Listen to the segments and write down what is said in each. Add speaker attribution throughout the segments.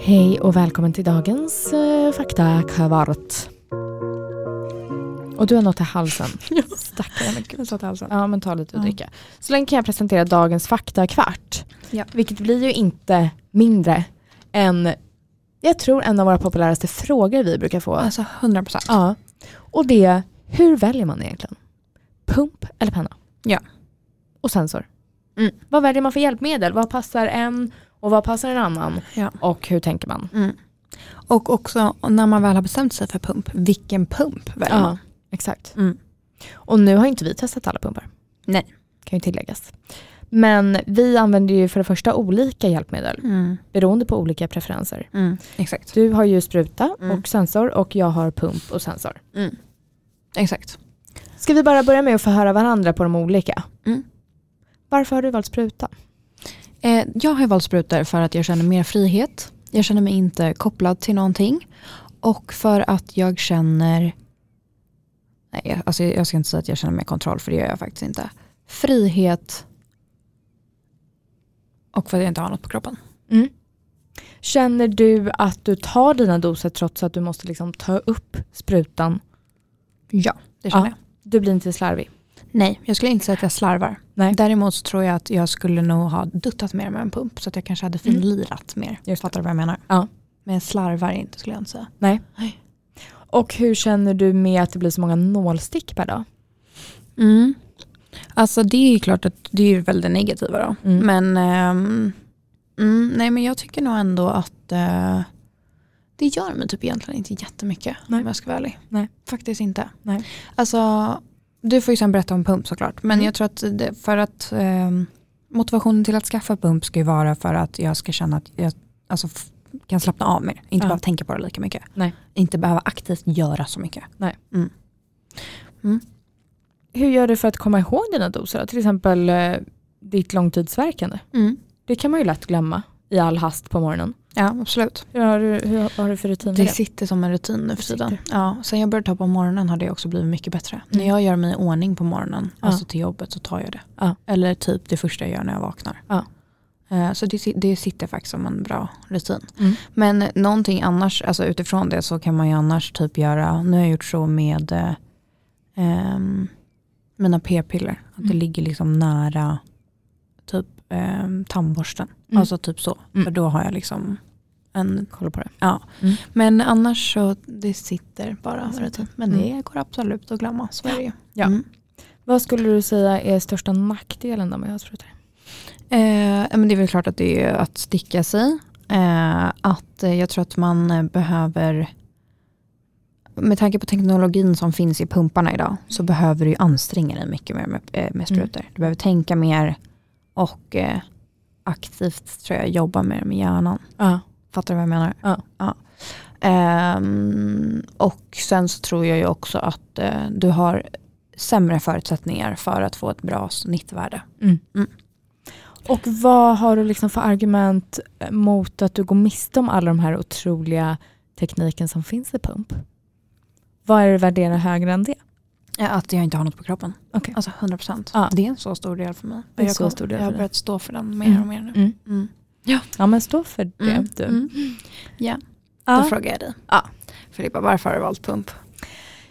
Speaker 1: Hej och välkommen till dagens eh, fakta kvart. Och du har något i halsen.
Speaker 2: Stackarn, men gud, jag sa till halsen.
Speaker 1: Ja, men ta lite och
Speaker 2: Ja.
Speaker 1: dricka. Så länge kan jag presentera dagens faktakvart.
Speaker 2: Ja.
Speaker 1: Vilket blir ju inte mindre än, jag tror en av våra populäraste frågor vi brukar få.
Speaker 2: Alltså 100 procent.
Speaker 1: Ja. Och det är, hur väljer man egentligen? Pump eller penna?
Speaker 2: Ja.
Speaker 1: Och sensor.
Speaker 2: Mm.
Speaker 1: Vad väljer man för hjälpmedel? Vad passar en och vad passar en annan?
Speaker 2: Ja.
Speaker 1: Och hur tänker man?
Speaker 2: Mm. Och också när man väl har bestämt sig för pump, vilken pump väljer man?
Speaker 1: exakt.
Speaker 2: Mm.
Speaker 1: Och nu har inte vi testat alla pumpar.
Speaker 2: Nej.
Speaker 1: Kan ju tilläggas. Men vi använder ju för det första olika hjälpmedel
Speaker 2: Mm.
Speaker 1: beroende på olika preferenser.
Speaker 2: Mm. Exakt.
Speaker 1: Du har ju spruta
Speaker 2: Mm.
Speaker 1: och sensor och jag har pump och sensor.
Speaker 2: Mm. Exakt.
Speaker 1: Ska vi bara börja med att få höra varandra på de olika?
Speaker 2: Mm.
Speaker 1: Varför har du valt spruta?
Speaker 2: Eh, jag har ju valt sprutor för att jag känner mer frihet. Jag känner mig inte kopplad till någonting. Och för att jag känner, nej jag- alltså jag ska inte säga att jag känner mer kontroll för det gör jag faktiskt inte. Frihet och för att jag inte har något på kroppen.
Speaker 1: Känner du att du tar dina doser trots att du måste liksom ta upp sprutan?
Speaker 2: Ja, det känner
Speaker 1: Ja.
Speaker 2: jag.
Speaker 1: Du blir inte slarvig?
Speaker 2: Nej, jag skulle inte säga att jag slarvar.
Speaker 1: Nej.
Speaker 2: Däremot så tror jag att jag skulle nog ha duttat mer med en pump så att jag kanske hade
Speaker 1: Mm.
Speaker 2: finlirat mer.
Speaker 1: Just
Speaker 2: Fattar du vad jag menar?
Speaker 1: Ja.
Speaker 2: Men jag slarvar inte skulle jag inte säga.
Speaker 1: Och hur känner du med att det blir så många nålstick per dag?
Speaker 2: Mm. Alltså det är ju klart att det är ju väldigt negativa då.
Speaker 1: Mm.
Speaker 2: Men, ehm, mm, nej, men jag tycker nog ändå att eh, det gör mig typ egentligen inte jättemycket
Speaker 1: Nej.
Speaker 2: om jag ska vara ärlig.
Speaker 1: Nej.
Speaker 2: Faktiskt inte.
Speaker 1: Nej.
Speaker 2: Alltså, du får ju sen berätta om pump såklart. Men
Speaker 1: Mm.
Speaker 2: jag tror att det, för att ehm, motivationen till att skaffa pump ska ju vara för att jag ska känna att jag alltså, f- kan slappna av mer. Inte
Speaker 1: Ja.
Speaker 2: behöva tänka på det lika mycket.
Speaker 1: Nej.
Speaker 2: Inte behöva aktivt göra så mycket.
Speaker 1: Hur gör du för att komma ihåg dina doser? då? Till exempel eh, ditt långtidsverkande. Det kan man ju lätt glömma i all hast på morgonen.
Speaker 2: Ja, absolut.
Speaker 1: Hur har du, hur, vad har du för rutin?
Speaker 2: Det
Speaker 1: med
Speaker 2: sitter som en rutin nu för
Speaker 1: sitter.
Speaker 2: tiden. Ja, sen jag började ta på morgonen har det också blivit mycket bättre.
Speaker 1: Mm.
Speaker 2: När jag gör mig i ordning på morgonen,
Speaker 1: Ja.
Speaker 2: alltså till jobbet, så tar jag det.
Speaker 1: Ja.
Speaker 2: Eller typ det första jag gör när jag vaknar.
Speaker 1: Ja.
Speaker 2: Eh, Så det, si- det sitter faktiskt som en bra rutin.
Speaker 1: Mm.
Speaker 2: Men någonting annars, alltså utifrån det så kan man ju annars typ göra, nu har jag gjort så med eh, ehm, mina p-piller. Att det
Speaker 1: Mm.
Speaker 2: ligger liksom nära typ ehm, tandborsten.
Speaker 1: Mm.
Speaker 2: Alltså typ så.
Speaker 1: Mm.
Speaker 2: För då har jag liksom en
Speaker 1: Kolla på det.
Speaker 2: men annars så, det sitter bara.
Speaker 1: Det sitter.
Speaker 2: Men
Speaker 1: Mm.
Speaker 2: det går absolut att glömma, så är det ju.
Speaker 1: Ja.
Speaker 2: Mm.
Speaker 1: Vad skulle du säga är största nackdelen då med havssprutor?
Speaker 2: Eh, men det är väl klart att det är att sticka sig. Eh, att eh, jag tror att man eh, behöver, med tanke på teknologin som finns i pumparna idag, så behöver du ju anstränga dig mycket mer med, eh, med sprutor. Du behöver tänka mer och eh, aktivt tror jag jobba mer med hjärnan.
Speaker 1: Ja.
Speaker 2: Fattar du vad jag menar?
Speaker 1: Ja.
Speaker 2: Ehm, och sen så tror jag ju också att eh, du har sämre förutsättningar för att få ett bra snittvärde.
Speaker 1: Och vad har du liksom för argument eh, mot att du går miste om alla de här otroliga tekniken som finns i pump? Vad är det du värderar högre än det?
Speaker 2: Ja, Att jag inte har något på kroppen.
Speaker 1: Okej.
Speaker 2: Alltså 100 procent.
Speaker 1: Ja.
Speaker 2: Det är en så stor del för mig.
Speaker 1: Det är en
Speaker 2: jag
Speaker 1: så
Speaker 2: kom-
Speaker 1: stor del
Speaker 2: jag har
Speaker 1: för dig.
Speaker 2: börjat stå för den mer
Speaker 1: Mm.
Speaker 2: och mer nu.
Speaker 1: Mm.
Speaker 2: Mm.
Speaker 1: Ja men stå för det
Speaker 2: Mm.
Speaker 1: du.
Speaker 2: Mm. Då
Speaker 1: Ja.
Speaker 2: frågar jag dig. Ja. Filippa, varför har du valt pump?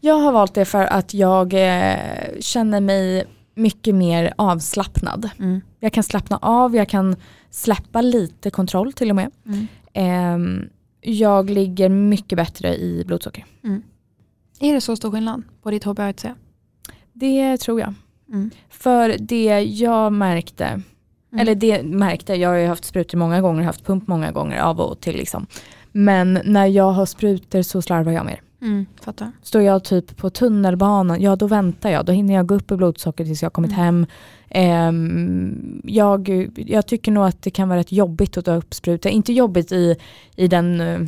Speaker 1: Jag har valt det för att jag eh, känner mig mycket mer avslappnad.
Speaker 2: Mm.
Speaker 1: Jag kan slappna av, jag kan släppa lite kontroll till och med.
Speaker 2: Mm.
Speaker 1: Ehm, jag ligger mycket bättre i blodsocker.
Speaker 2: Är det så stor skillnad på ditt HBAC?
Speaker 1: Det tror jag.
Speaker 2: Mm.
Speaker 1: För det jag märkte
Speaker 2: Mm.
Speaker 1: Eller det märkte jag, jag har ju haft sprutor många gånger, haft pump många gånger av och till liksom. Men när jag har sprutor så slarvar jag mer.
Speaker 2: Mm. Fattar.
Speaker 1: Står jag typ på tunnelbanan, ja då väntar jag, då hinner jag gå upp i blodsocker tills jag har kommit
Speaker 2: Mm.
Speaker 1: hem. Ehm, jag, jag tycker nog att det kan vara rätt jobbigt att ta upp sprutor, inte jobbigt i, i den eh,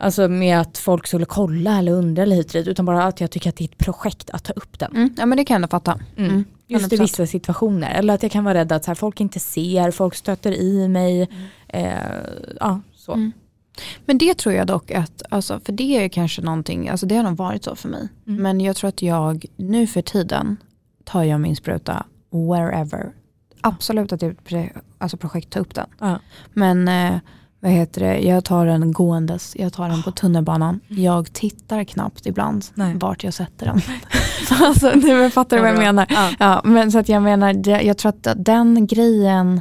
Speaker 1: Alltså med att folk skulle kolla eller undra eller hit och dit, utan bara att jag tycker att det är ett projekt att ta upp den.
Speaker 2: Mm. Ja men det kan jag ändå fatta.
Speaker 1: Mm.
Speaker 2: Mm.
Speaker 1: Just i
Speaker 2: 100%.
Speaker 1: vissa situationer. Eller att jag kan vara rädd att så här, folk inte ser, folk stöter i mig. Eh, ja, så.
Speaker 2: Mm. Men det tror jag dock att, alltså, för det är kanske någonting, alltså det har nog varit så för mig.
Speaker 1: Mm.
Speaker 2: Men jag tror att jag nu för tiden tar jag min spruta wherever. Absolut att det är ett pre- alltså projekt ta upp den.
Speaker 1: Ja.
Speaker 2: Men eh, vad heter det, jag tar den gåendes, jag tar den på tunnelbanan. Jag tittar knappt ibland
Speaker 1: Nej.
Speaker 2: vart jag sätter den. alltså, nu men fattar du vad jag
Speaker 1: Ja, bra.
Speaker 2: menar?
Speaker 1: Ja.
Speaker 2: Ja, men så att jag menar, det- jag tror att den grejen,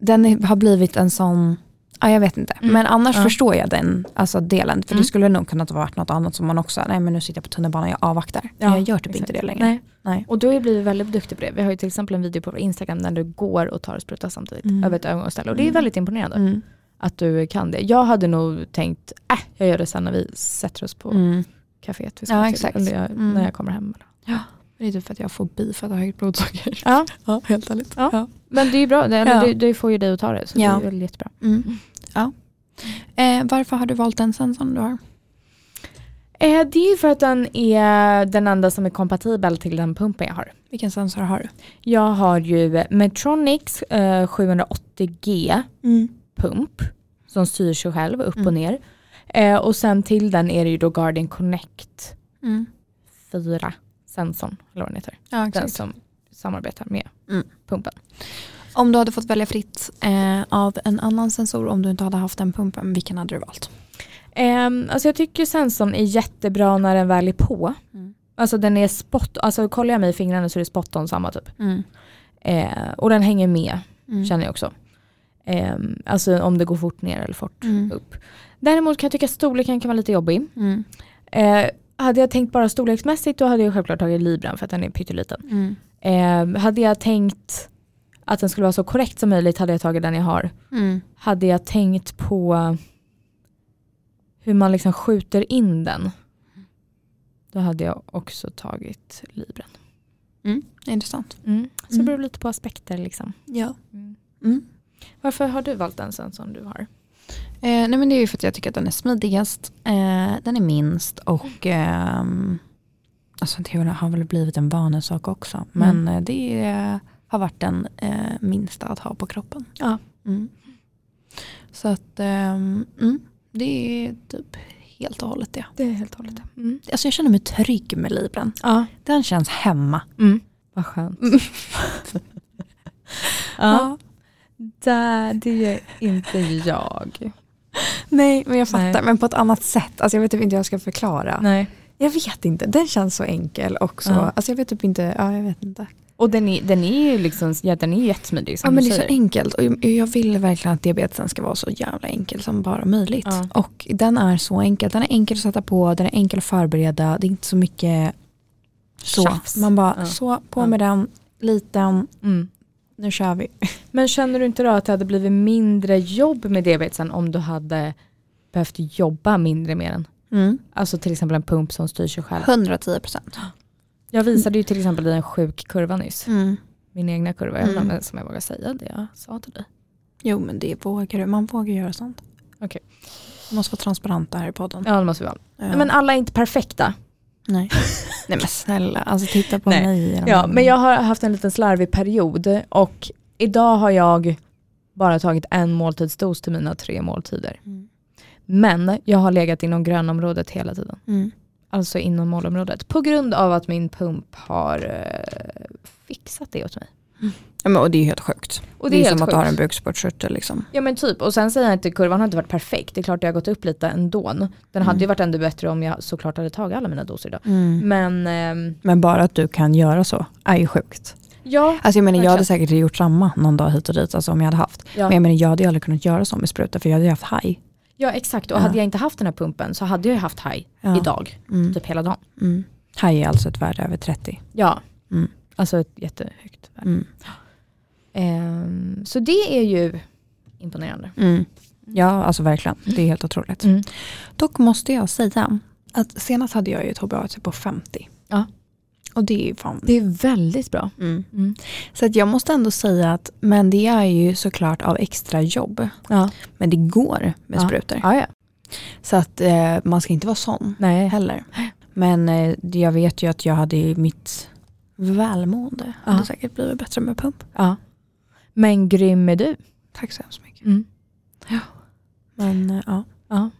Speaker 2: den är- har blivit en sån, ja jag vet inte.
Speaker 1: Mm.
Speaker 2: Men annars
Speaker 1: Ja.
Speaker 2: förstår jag den alltså delen, för
Speaker 1: Mm.
Speaker 2: det skulle nog kunna ha varit något annat som man också, nej men nu sitter jag på tunnelbanan, jag avvaktar.
Speaker 1: Ja,
Speaker 2: men jag gör typ
Speaker 1: exakt.
Speaker 2: inte det längre.
Speaker 1: Nej.
Speaker 2: Nej.
Speaker 1: Och du har ju blivit väldigt duktig på det. Vi har ju till exempel en video på vår Instagram när du går och tar och sprutar samtidigt
Speaker 2: Mm.
Speaker 1: över ett övergångsställe. Och det är
Speaker 2: Mm.
Speaker 1: väldigt imponerande
Speaker 2: Mm.
Speaker 1: att du kan det. Jag hade nog tänkt, äh, jag gör det sen när vi sätter oss på
Speaker 2: Mm.
Speaker 1: kaféet. Vi
Speaker 2: Ja,
Speaker 1: till.
Speaker 2: exakt.
Speaker 1: Eller jag,
Speaker 2: Mm.
Speaker 1: när jag kommer hem.
Speaker 2: Det är typ för att jag har fobi för att ha högt blodsocker.
Speaker 1: Ja.
Speaker 2: Ja, helt ärligt.
Speaker 1: Ja.
Speaker 2: Ja.
Speaker 1: Men det är ju bra, det, eller
Speaker 2: Ja.
Speaker 1: det, det får ju dig att ta det. Så
Speaker 2: Ja.
Speaker 1: det är väl jättebra.
Speaker 2: Mm. ja. Eh, varför har du valt den sen som du har?
Speaker 1: Eh, det är ju för att den är den enda som är kompatibel till den pumpen jag har.
Speaker 2: Vilken sensor har du?
Speaker 1: Jag har ju Medtronics eh, 780G pump som styr sig själv upp och
Speaker 2: Mm.
Speaker 1: ner. Eh, och sen till den är det ju då Guardian Connect
Speaker 2: Mm.
Speaker 1: 4 sensorn, eller vad den heter.
Speaker 2: Ja,
Speaker 1: Den
Speaker 2: exakt.
Speaker 1: som samarbetar med
Speaker 2: Mm.
Speaker 1: pumpen.
Speaker 2: Om du hade fått välja fritt eh, av en annan sensor om du inte hade haft den pumpen, vilken hade du valt?
Speaker 1: Ehm, alltså jag tycker sensorn är jättebra när den väl är på.
Speaker 2: Mm.
Speaker 1: Alltså den är spot, alltså kollar jag mig i fingrarna så är det spot on samma typ.
Speaker 2: Mm.
Speaker 1: Eh, och den hänger med känner jag också. Ehm, alltså om det går fort ner eller fort
Speaker 2: Mm.
Speaker 1: upp. Däremot kan jag tycka storleken kan vara lite jobbig.
Speaker 2: Mm.
Speaker 1: Eh, hade jag tänkt bara storleksmässigt då hade jag självklart tagit Libran för att den är pytteliten.
Speaker 2: Mm.
Speaker 1: Eh, hade jag tänkt att den skulle vara så korrekt som möjligt hade jag tagit den jag har.
Speaker 2: Mm.
Speaker 1: Hade jag tänkt på hur man liksom skjuter in den då hade jag också tagit Libran.
Speaker 2: Intressant.
Speaker 1: Mm. Så det beror lite på aspekter liksom.
Speaker 2: Ja. Mm.
Speaker 1: Varför har du valt den sen som du har?
Speaker 2: Eh, nej men det är ju för att jag tycker att den är smidigast, eh, den är minst och ehm, alltså det har väl blivit en vanesak också. Men eh, det eh, har varit den eh, minsta att ha på kroppen.
Speaker 1: Ja.
Speaker 2: Mm. Så att ehm, mm, det är typ helt och hållet det.
Speaker 1: Det är helt och hållet det. Mm.
Speaker 2: Alltså jag känner mig trygg med Libren.
Speaker 1: Ja.
Speaker 2: Den känns hemma.
Speaker 1: Mm. Vad skönt. ja, där, det är inte jag.
Speaker 2: Nej men jag fattar
Speaker 1: Nej.
Speaker 2: men på ett annat sätt. Alltså jag vet typ inte hur jag ska förklara.
Speaker 1: Nej.
Speaker 2: Jag vet inte, den känns så enkel och så.
Speaker 1: Ja.
Speaker 2: Alltså jag vet typ inte, ja jag vet inte.
Speaker 1: Och den är, den är ju liksom, ja, den är ju jättesmidig som
Speaker 2: Ja men
Speaker 1: du
Speaker 2: det är så
Speaker 1: säger.
Speaker 2: enkelt och jag- jag vill verkligen att diabetesen ska vara så jävla enkel som bara möjligt.
Speaker 1: Ja.
Speaker 2: Och den är så enkel, den är enkel att sätta på, den är enkel att förbereda, det är inte så mycket så.
Speaker 1: Tjafs.
Speaker 2: Man bara
Speaker 1: Ja.
Speaker 2: så, på
Speaker 1: Ja.
Speaker 2: med den, liten,
Speaker 1: Mm.
Speaker 2: nu kör vi.
Speaker 1: Men känner du inte då att det hade blivit mindre jobb med diabetesen om du hade behövt jobba mindre med den?
Speaker 2: Mm.
Speaker 1: Alltså till exempel en pump som styr sig själv.
Speaker 2: 110 procent.
Speaker 1: Jag visade ju till exempel dig en sjuk kurva nyss.
Speaker 2: Mm.
Speaker 1: Min egna kurva, jag vet inte som jag vågar säga det jag sa till dig.
Speaker 2: Jo men det vågar du, man vågar göra sånt.
Speaker 1: Okej.
Speaker 2: Man måste vara transparent här i podden.
Speaker 1: Ja det måste vi vara.
Speaker 2: Ja.
Speaker 1: Men alla är inte perfekta.
Speaker 2: Nej. Nej men snälla, alltså titta på
Speaker 1: Nej.
Speaker 2: mig.
Speaker 1: Ja, men jag har haft en liten slarvig period och idag har jag bara tagit en måltidsdos till mina tre måltider.
Speaker 2: Mm.
Speaker 1: Men jag har legat inom grönområdet hela tiden,
Speaker 2: Mm.
Speaker 1: alltså inom målområdet. På grund av att min pump har eh, fixat det åt mig.
Speaker 2: Ja, men, och det är helt sjukt.
Speaker 1: Och
Speaker 2: det, är,
Speaker 1: helt
Speaker 2: som att ha
Speaker 1: sjukt.
Speaker 2: en bukspottkörtel liksom.
Speaker 1: Ja men typ, och sen säger jag inte kurvan har inte varit perfekt, det är klart det har gått upp lite ändå. Den hade
Speaker 2: Mm.
Speaker 1: ju varit ännu bättre om jag såklart hade tagit alla mina doser idag. Men ehm,
Speaker 2: Men bara att du kan göra så är ju sjukt.
Speaker 1: ja,
Speaker 2: Alltså jag menar jag hade
Speaker 1: Verkligen.
Speaker 2: säkert gjort samma någon dag hit och dit alltså om jag hade haft.
Speaker 1: Ja.
Speaker 2: Men jag menar jag hade ju aldrig kunnat göra så med spruta för jag hade ju haft haj.
Speaker 1: ja exakt och
Speaker 2: Ja.
Speaker 1: hade jag inte haft den här pumpen så hade jag ju haft haj
Speaker 2: Ja.
Speaker 1: idag,
Speaker 2: Mm.
Speaker 1: typ hela dagen.
Speaker 2: Mm. Haj är alltså ett värde över 30.
Speaker 1: Ja,
Speaker 2: Mm.
Speaker 1: alltså ett jättehögt värde.
Speaker 2: Mm.
Speaker 1: Ehm, så det är ju imponerande.
Speaker 2: Mm. Ja alltså verkligen, det är helt otroligt.
Speaker 1: Mm.
Speaker 2: Dock måste jag säga att senast hade jag ju ett HBAC på 50.
Speaker 1: Ja.
Speaker 2: Och det är ju fan
Speaker 1: Det är väldigt bra.
Speaker 2: Mm.
Speaker 1: Mm.
Speaker 2: Så att jag måste ändå säga att, men det är ju såklart av extra jobb.
Speaker 1: Ja.
Speaker 2: Men det går med
Speaker 1: Ja.
Speaker 2: sprutor.
Speaker 1: Ja, ja.
Speaker 2: Så att eh, man ska inte vara sån
Speaker 1: Nej.
Speaker 2: heller. Men eh, jag vet ju att jag hade ju mitt välmående.
Speaker 1: Ja.
Speaker 2: Hade säkert blivit bättre med pump.
Speaker 1: Ja. Men grym är du.
Speaker 2: Mm. Tack så hemskt mycket.
Speaker 1: Mm.
Speaker 2: Men eh, ja.
Speaker 1: Ja.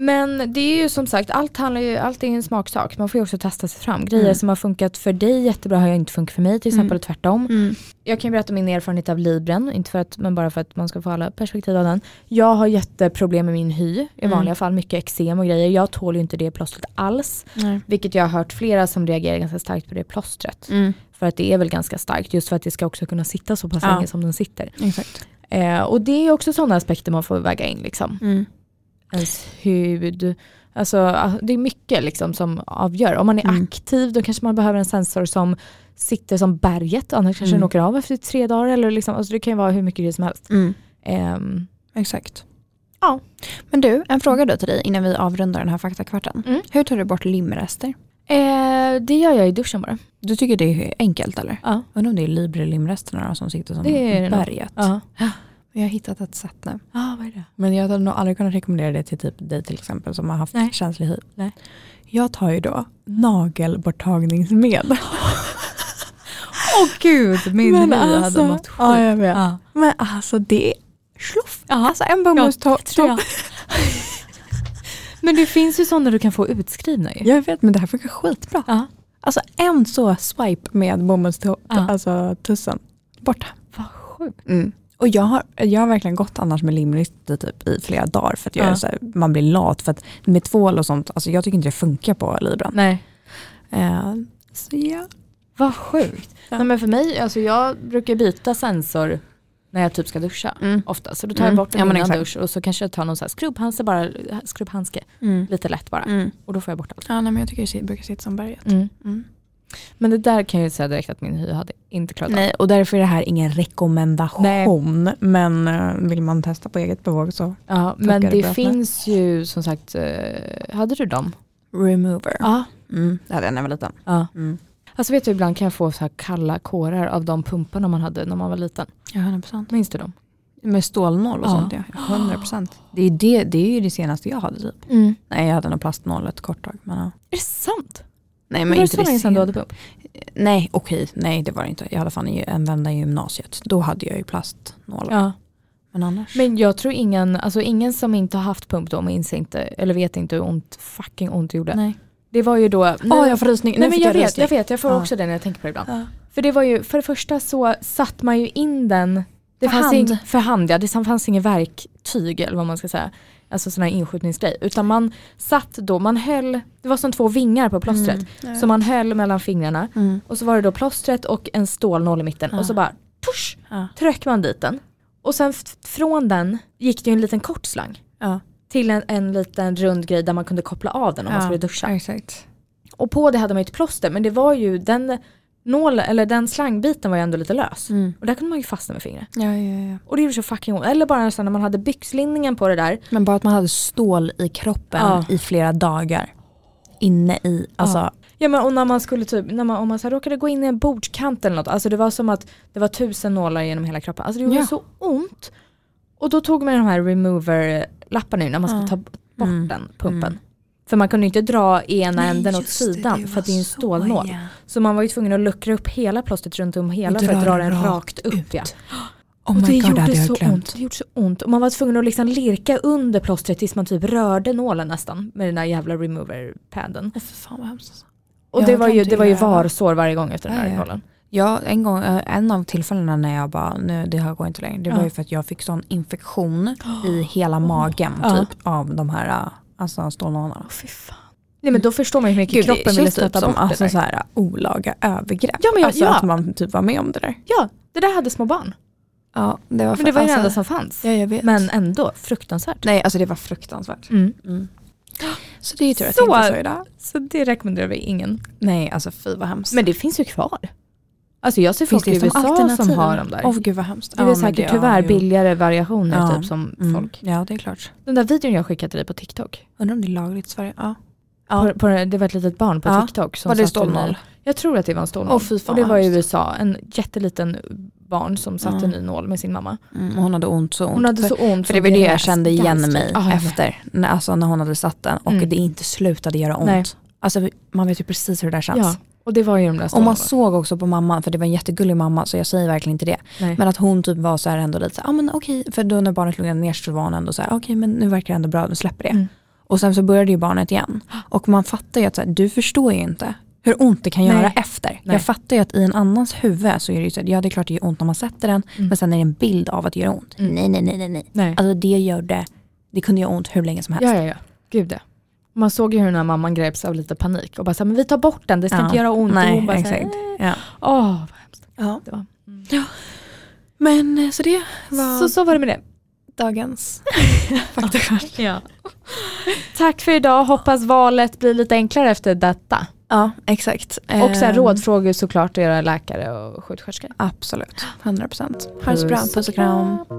Speaker 1: Men det är ju som sagt, allt, handlar ju, allt är en smaksak. Man får ju också testa sig fram. Grejer
Speaker 2: Mm.
Speaker 1: som har funkat för dig jättebra har ju inte funkat för mig till exempel
Speaker 2: Mm.
Speaker 1: och tvärtom.
Speaker 2: Mm.
Speaker 1: Jag kan ju berätta min erfarenhet av Libren, inte för att, men bara för att man ska få alla perspektiv av den. Jag har jätteproblem med min hy i
Speaker 2: Mm.
Speaker 1: vanliga fall, mycket eksem och grejer. Jag tål ju inte det plåstret alls. Vilket jag har hört flera som reagerar ganska starkt på det plåstret.
Speaker 2: Mm.
Speaker 1: För att det är väl ganska starkt, just för att det ska också kunna sitta så pass
Speaker 2: Ja.
Speaker 1: länge som den sitter.
Speaker 2: Exakt.
Speaker 1: Eh, och det är också sådana aspekter man får väga in. Liksom.
Speaker 2: Mm.
Speaker 1: Ens hud, alltså, ah, det är mycket liksom som avgör. Om man är
Speaker 2: Mm.
Speaker 1: aktiv då kanske man behöver en sensor som sitter som berget, annars kanske
Speaker 2: Mm.
Speaker 1: den åker av efter tre dagar. Eller liksom, alltså det kan ju vara hur mycket det som helst.
Speaker 2: Mm.
Speaker 1: Ehm,
Speaker 2: Exakt.
Speaker 1: Ja.
Speaker 2: Men du, en fråga då till dig innan vi avrundar den här faktakvarten.
Speaker 1: Mm.
Speaker 2: Hur tar du bort limrester?
Speaker 1: eh, det gör jag i duschen bara.
Speaker 2: Du tycker det är enkelt eller?
Speaker 1: Ja.
Speaker 2: Undrar om det är Libre-limresterna då som sitter som
Speaker 1: Det är det nog.
Speaker 2: berget.
Speaker 1: Ja.
Speaker 2: Jag har hittat ett sätt nu.
Speaker 1: Ah, vad är det?
Speaker 2: Men jag hade nog aldrig kunnat rekommendera det till typ dig till exempel som har haft
Speaker 1: Nej.
Speaker 2: känslig hy.
Speaker 1: Nej.
Speaker 2: Jag tar ju då nagelborttagningsmedel. Åh gud, min
Speaker 1: Men alltså-
Speaker 2: Ja, jag vet.
Speaker 1: Ja.
Speaker 2: Men alltså det är sloff. Alltså en
Speaker 1: Ja,
Speaker 2: bomullstopp.
Speaker 1: tror jag. Men det finns ju sådana du kan få utskrivna ju.
Speaker 2: Jag vet men det här funkar skitbra.
Speaker 1: Ja.
Speaker 2: Alltså en så swipe med bomullstussen.
Speaker 1: Ja.
Speaker 2: Alltså, tussen. Borta. Mm.
Speaker 1: Vad sjukt.
Speaker 2: Och jag har, jag har verkligen gått annars med limlister typ i flera dagar för att jag
Speaker 1: Ja.
Speaker 2: är så här, man blir lat för att med tvål och sånt, alltså jag tycker inte det funkar på Libran.
Speaker 1: Nej.
Speaker 2: Eh, så ja.
Speaker 1: Vad sjukt.
Speaker 2: Ja.
Speaker 1: Nej, men för mig, alltså jag brukar byta sensor när jag typ ska duscha.
Speaker 2: Mm.
Speaker 1: Ofta, så då tar jag
Speaker 2: Mm.
Speaker 1: bort den
Speaker 2: Ja, men
Speaker 1: innan
Speaker 2: exakt.
Speaker 1: dusch och så kanske jag tar någon så här skrubbhandske, bara, skrubbhandske
Speaker 2: Mm. Mm.
Speaker 1: lite lätt bara. Och då får jag bort allt.
Speaker 2: Ja nej, men jag tycker det sit- brukar sitta som berget.
Speaker 1: Men det där kan jag ju säga direkt att min hy hade inte klarat av.
Speaker 2: Nej och därför är det här ingen rekommendation men eh, vill man testa på eget bevåg så
Speaker 1: Ja, men
Speaker 2: Funkar det
Speaker 1: det,
Speaker 2: bra för mig?
Speaker 1: finns ju som sagt, eh, hade du dem?
Speaker 2: remover.
Speaker 1: Ja.
Speaker 2: Mm. Det hade jag när jag var liten.
Speaker 1: ja.
Speaker 2: Mm.
Speaker 1: Alltså vet du, ibland kan jag få så här kalla kårar av de pumparna man hade när man var liten.
Speaker 2: Ja 100%.
Speaker 1: Minns du dem?
Speaker 2: Med stålnål och
Speaker 1: Ja.
Speaker 2: sånt ja. 100%. Det är, det, det är ju det senaste jag hade typ.
Speaker 1: Mm.
Speaker 2: Nej jag hade nog plastnål ett kort tag. Men, ja.
Speaker 1: Är det sant?
Speaker 2: Nej
Speaker 1: Men var det så länge sedan du hade pump?
Speaker 2: Nej okej, nej det var det inte. Jag hade fan ju en vända i gymnasiet. Då hade jag ju plastnålar.
Speaker 1: Ja.
Speaker 2: Men annars.
Speaker 1: Men jag tror ingen, alltså ingen som inte har haft pump då minns inte, eller vet inte hur ont, fucking ont det gjorde.
Speaker 2: nej.
Speaker 1: Det var ju då,
Speaker 2: Åh jag Ah. får rysning.
Speaker 1: nej men jag vet,
Speaker 2: rysning.
Speaker 1: jag vet, jag får
Speaker 2: Ja.
Speaker 1: också det när jag tänker på det ibland.
Speaker 2: Ja.
Speaker 1: För det var ju, för det första så satt man ju in den, det
Speaker 2: För
Speaker 1: fanns
Speaker 2: hand.
Speaker 1: ing, för hand ja, det fanns ingen verktyg eller vad man ska säga, alltså sån här inskjutningsgrej, utan man satt då, man höll, det var som två vingar på plåstret, så man höll mellan fingrarna
Speaker 2: Mm.
Speaker 1: och så var det då plåstret och en stålnål i mitten
Speaker 2: Ja.
Speaker 1: och så bara tusch
Speaker 2: Ja.
Speaker 1: tryckte man dit den. Och sen f- från den gick det ju en liten kort slang
Speaker 2: Ja.
Speaker 1: till en, en liten rund grej där man kunde koppla av den om man
Speaker 2: Ja.
Speaker 1: skulle duscha.
Speaker 2: Exakt.
Speaker 1: Och på det hade man ju ett plåster men det var ju den nål, eller den slangbiten var ju ändå lite lös.
Speaker 2: Mm.
Speaker 1: Och där kunde man ju fastna med fingret.
Speaker 2: Ja, ja, ja.
Speaker 1: Och det gjorde så fucking ont. Eller bara så när man hade byxlinningen på det där.
Speaker 2: Men bara att man hade stål i kroppen
Speaker 1: Ja.
Speaker 2: i flera dagar. Inne i, alltså.
Speaker 1: Ja men och när man skulle typ, när man, om man så här råkade gå in i en bordskant eller något. Alltså det var som att det var tusen nålar genom hela kroppen. Alltså det gjorde
Speaker 2: Ja.
Speaker 1: så ont. Och då tog man de här remover-lapparna nu när man skulle
Speaker 2: Ja.
Speaker 1: ta bort
Speaker 2: Mm.
Speaker 1: den pumpen.
Speaker 2: Mm.
Speaker 1: För man kunde ju inte dra ena
Speaker 2: Nej,
Speaker 1: änden åt
Speaker 2: just det, det
Speaker 1: sidan för
Speaker 2: var
Speaker 1: att det är en
Speaker 2: så,
Speaker 1: stålnål.
Speaker 2: ja.
Speaker 1: Så man var ju tvungen att luckra upp hela plåstret runt om hela
Speaker 2: Och
Speaker 1: för att
Speaker 2: dra
Speaker 1: dra
Speaker 2: den
Speaker 1: den
Speaker 2: rakt
Speaker 1: rakt upp. Ja.
Speaker 2: Oh
Speaker 1: och det
Speaker 2: my god, det
Speaker 1: gjorde
Speaker 2: hade jag
Speaker 1: så
Speaker 2: glömt.
Speaker 1: ont. Det gjorde så ont. Och man var tvungen att liksom lirka under plåstret tills man typ rörde nålen nästan med den där jävla remover-padden.
Speaker 2: Åh, för fan vad hemskt. alltså.
Speaker 1: Och
Speaker 2: Ja,
Speaker 1: det
Speaker 2: jag
Speaker 1: var,
Speaker 2: kan
Speaker 1: ju,
Speaker 2: inte
Speaker 1: det var ju
Speaker 2: göra det.
Speaker 1: varsår varje gång efter den
Speaker 2: Ja,
Speaker 1: där
Speaker 2: ja.
Speaker 1: nålen.
Speaker 2: Ja, en gång, eh, en av tillfällena när jag bara, nu det här går inte längre, det var
Speaker 1: Ja.
Speaker 2: ju för att jag fick sån infektion i hela magen
Speaker 1: Ja.
Speaker 2: typ av de här eh, alltså stålnålarna.
Speaker 1: Fy fan. Nej men då förstår man ju hur mycket
Speaker 2: Gud, det
Speaker 1: kroppen
Speaker 2: känns
Speaker 1: ville
Speaker 2: typ
Speaker 1: stöta
Speaker 2: som
Speaker 1: bort det
Speaker 2: alltså,
Speaker 1: där.
Speaker 2: så här, olaga övergrepp.
Speaker 1: Ja, men jag-
Speaker 2: alltså
Speaker 1: ja.
Speaker 2: att man typ var med om det där.
Speaker 1: Ja, det där hade små barn.
Speaker 2: Ja, det var,
Speaker 1: Men det var ju det enda som fanns.
Speaker 2: Ja, jag vet.
Speaker 1: Men ändå, fruktansvärt.
Speaker 2: Nej, alltså det var fruktansvärt.
Speaker 1: Mm.
Speaker 2: Så det är ju tur att
Speaker 1: Så-
Speaker 2: jag inte sa idag.
Speaker 1: Så det rekommenderar vi ingen.
Speaker 2: Nej, alltså fy vad hemskt.
Speaker 1: Men det finns ju kvar. Alltså jag ser folk i USA
Speaker 2: alternativ?
Speaker 1: som har dem där.
Speaker 2: Åh gud vad hemskt.
Speaker 1: Det är
Speaker 2: Ja,
Speaker 1: väl
Speaker 2: men
Speaker 1: säkert
Speaker 2: det- ja,
Speaker 1: tyvärr
Speaker 2: jo.
Speaker 1: billigare variationer
Speaker 2: Ja.
Speaker 1: typ som
Speaker 2: Mm.
Speaker 1: folk.
Speaker 2: Ja, det är klart.
Speaker 1: Den där videon jag skickade till dig på TikTok.
Speaker 2: Undrar om det är lagligt i Sverige. Ja.
Speaker 1: På, på, det var ett litet barn på
Speaker 2: Ja.
Speaker 1: TikTok. Som
Speaker 2: Var det
Speaker 1: satt i en-
Speaker 2: stålnål?
Speaker 1: Jag tror att det var en stålnål.
Speaker 2: Åh, fy fan,
Speaker 1: och det var i
Speaker 2: vad hemskt.
Speaker 1: USA. En jätteliten barn som satte
Speaker 2: Mm.
Speaker 1: en ny nål med sin mamma.
Speaker 2: Mm, hon hade ont så ont.
Speaker 1: Hon hade
Speaker 2: För-
Speaker 1: så ont.
Speaker 2: För
Speaker 1: så
Speaker 2: det var
Speaker 1: hon
Speaker 2: det
Speaker 1: blev
Speaker 2: jag kände
Speaker 1: ganska-
Speaker 2: igen mig
Speaker 1: Ah, Ja, jag vet.
Speaker 2: efter. När, alltså när hon hade satt den och
Speaker 1: Mm.
Speaker 2: det inte slutade göra ont.
Speaker 1: Nej.
Speaker 2: Alltså man vet ju precis hur det där känns.
Speaker 1: Ja, och det var ju de där
Speaker 2: Och
Speaker 1: stålarna.
Speaker 2: man såg också på mamman, för det var en jättegullig mamma så jag säger verkligen inte det.
Speaker 1: Nej.
Speaker 2: Men att hon typ var "Ah, så här ändå lite så här, ah, men okej, för då när barnet lugnade ner sig så var hon ändå så här, okej men nu verkar det ändå bra, nu släpper det.
Speaker 1: Mm.
Speaker 2: Och sen så började ju barnet igen. Och man fattar ju att så här, du förstår ju inte hur ont det kan
Speaker 1: Nej.
Speaker 2: göra efter.
Speaker 1: Nej.
Speaker 2: Jag fattar ju att i en annans huvud så är det ju så här, ja det är klart det gör ont när man sätter den, men sen är det en bild av att det gör ont.
Speaker 1: Mm.
Speaker 2: Nej, nej, nej, nej, nej.
Speaker 1: Nej.
Speaker 2: Alltså det gjorde, det kunde göra ont hur länge som helst.
Speaker 1: Ja, ja, ja. Gud ja. Man såg ju hur den här mamman greps av lite panik och bara så här, men vi tar bort den, det ska
Speaker 2: Ja.
Speaker 1: inte göra ont. och
Speaker 2: Nej,
Speaker 1: hon bara så här,
Speaker 2: exakt.
Speaker 1: "Eh."
Speaker 2: Ja.
Speaker 1: Åh, vad hemskt
Speaker 2: Ja.
Speaker 1: det var.
Speaker 2: Men eh, så det var
Speaker 1: Så, så var det med det.
Speaker 2: dagens faktakvart.
Speaker 1: Ja. Tack för idag, hoppas valet blir lite enklare efter detta.
Speaker 2: Ja, exakt.
Speaker 1: Och sen
Speaker 2: Ehm,
Speaker 1: rådfrågor såklart till era läkare och sjuksköterskor.
Speaker 2: Absolut, 100%. Ha det så bra,
Speaker 1: Puss och
Speaker 2: puss och kram.
Speaker 1: kram.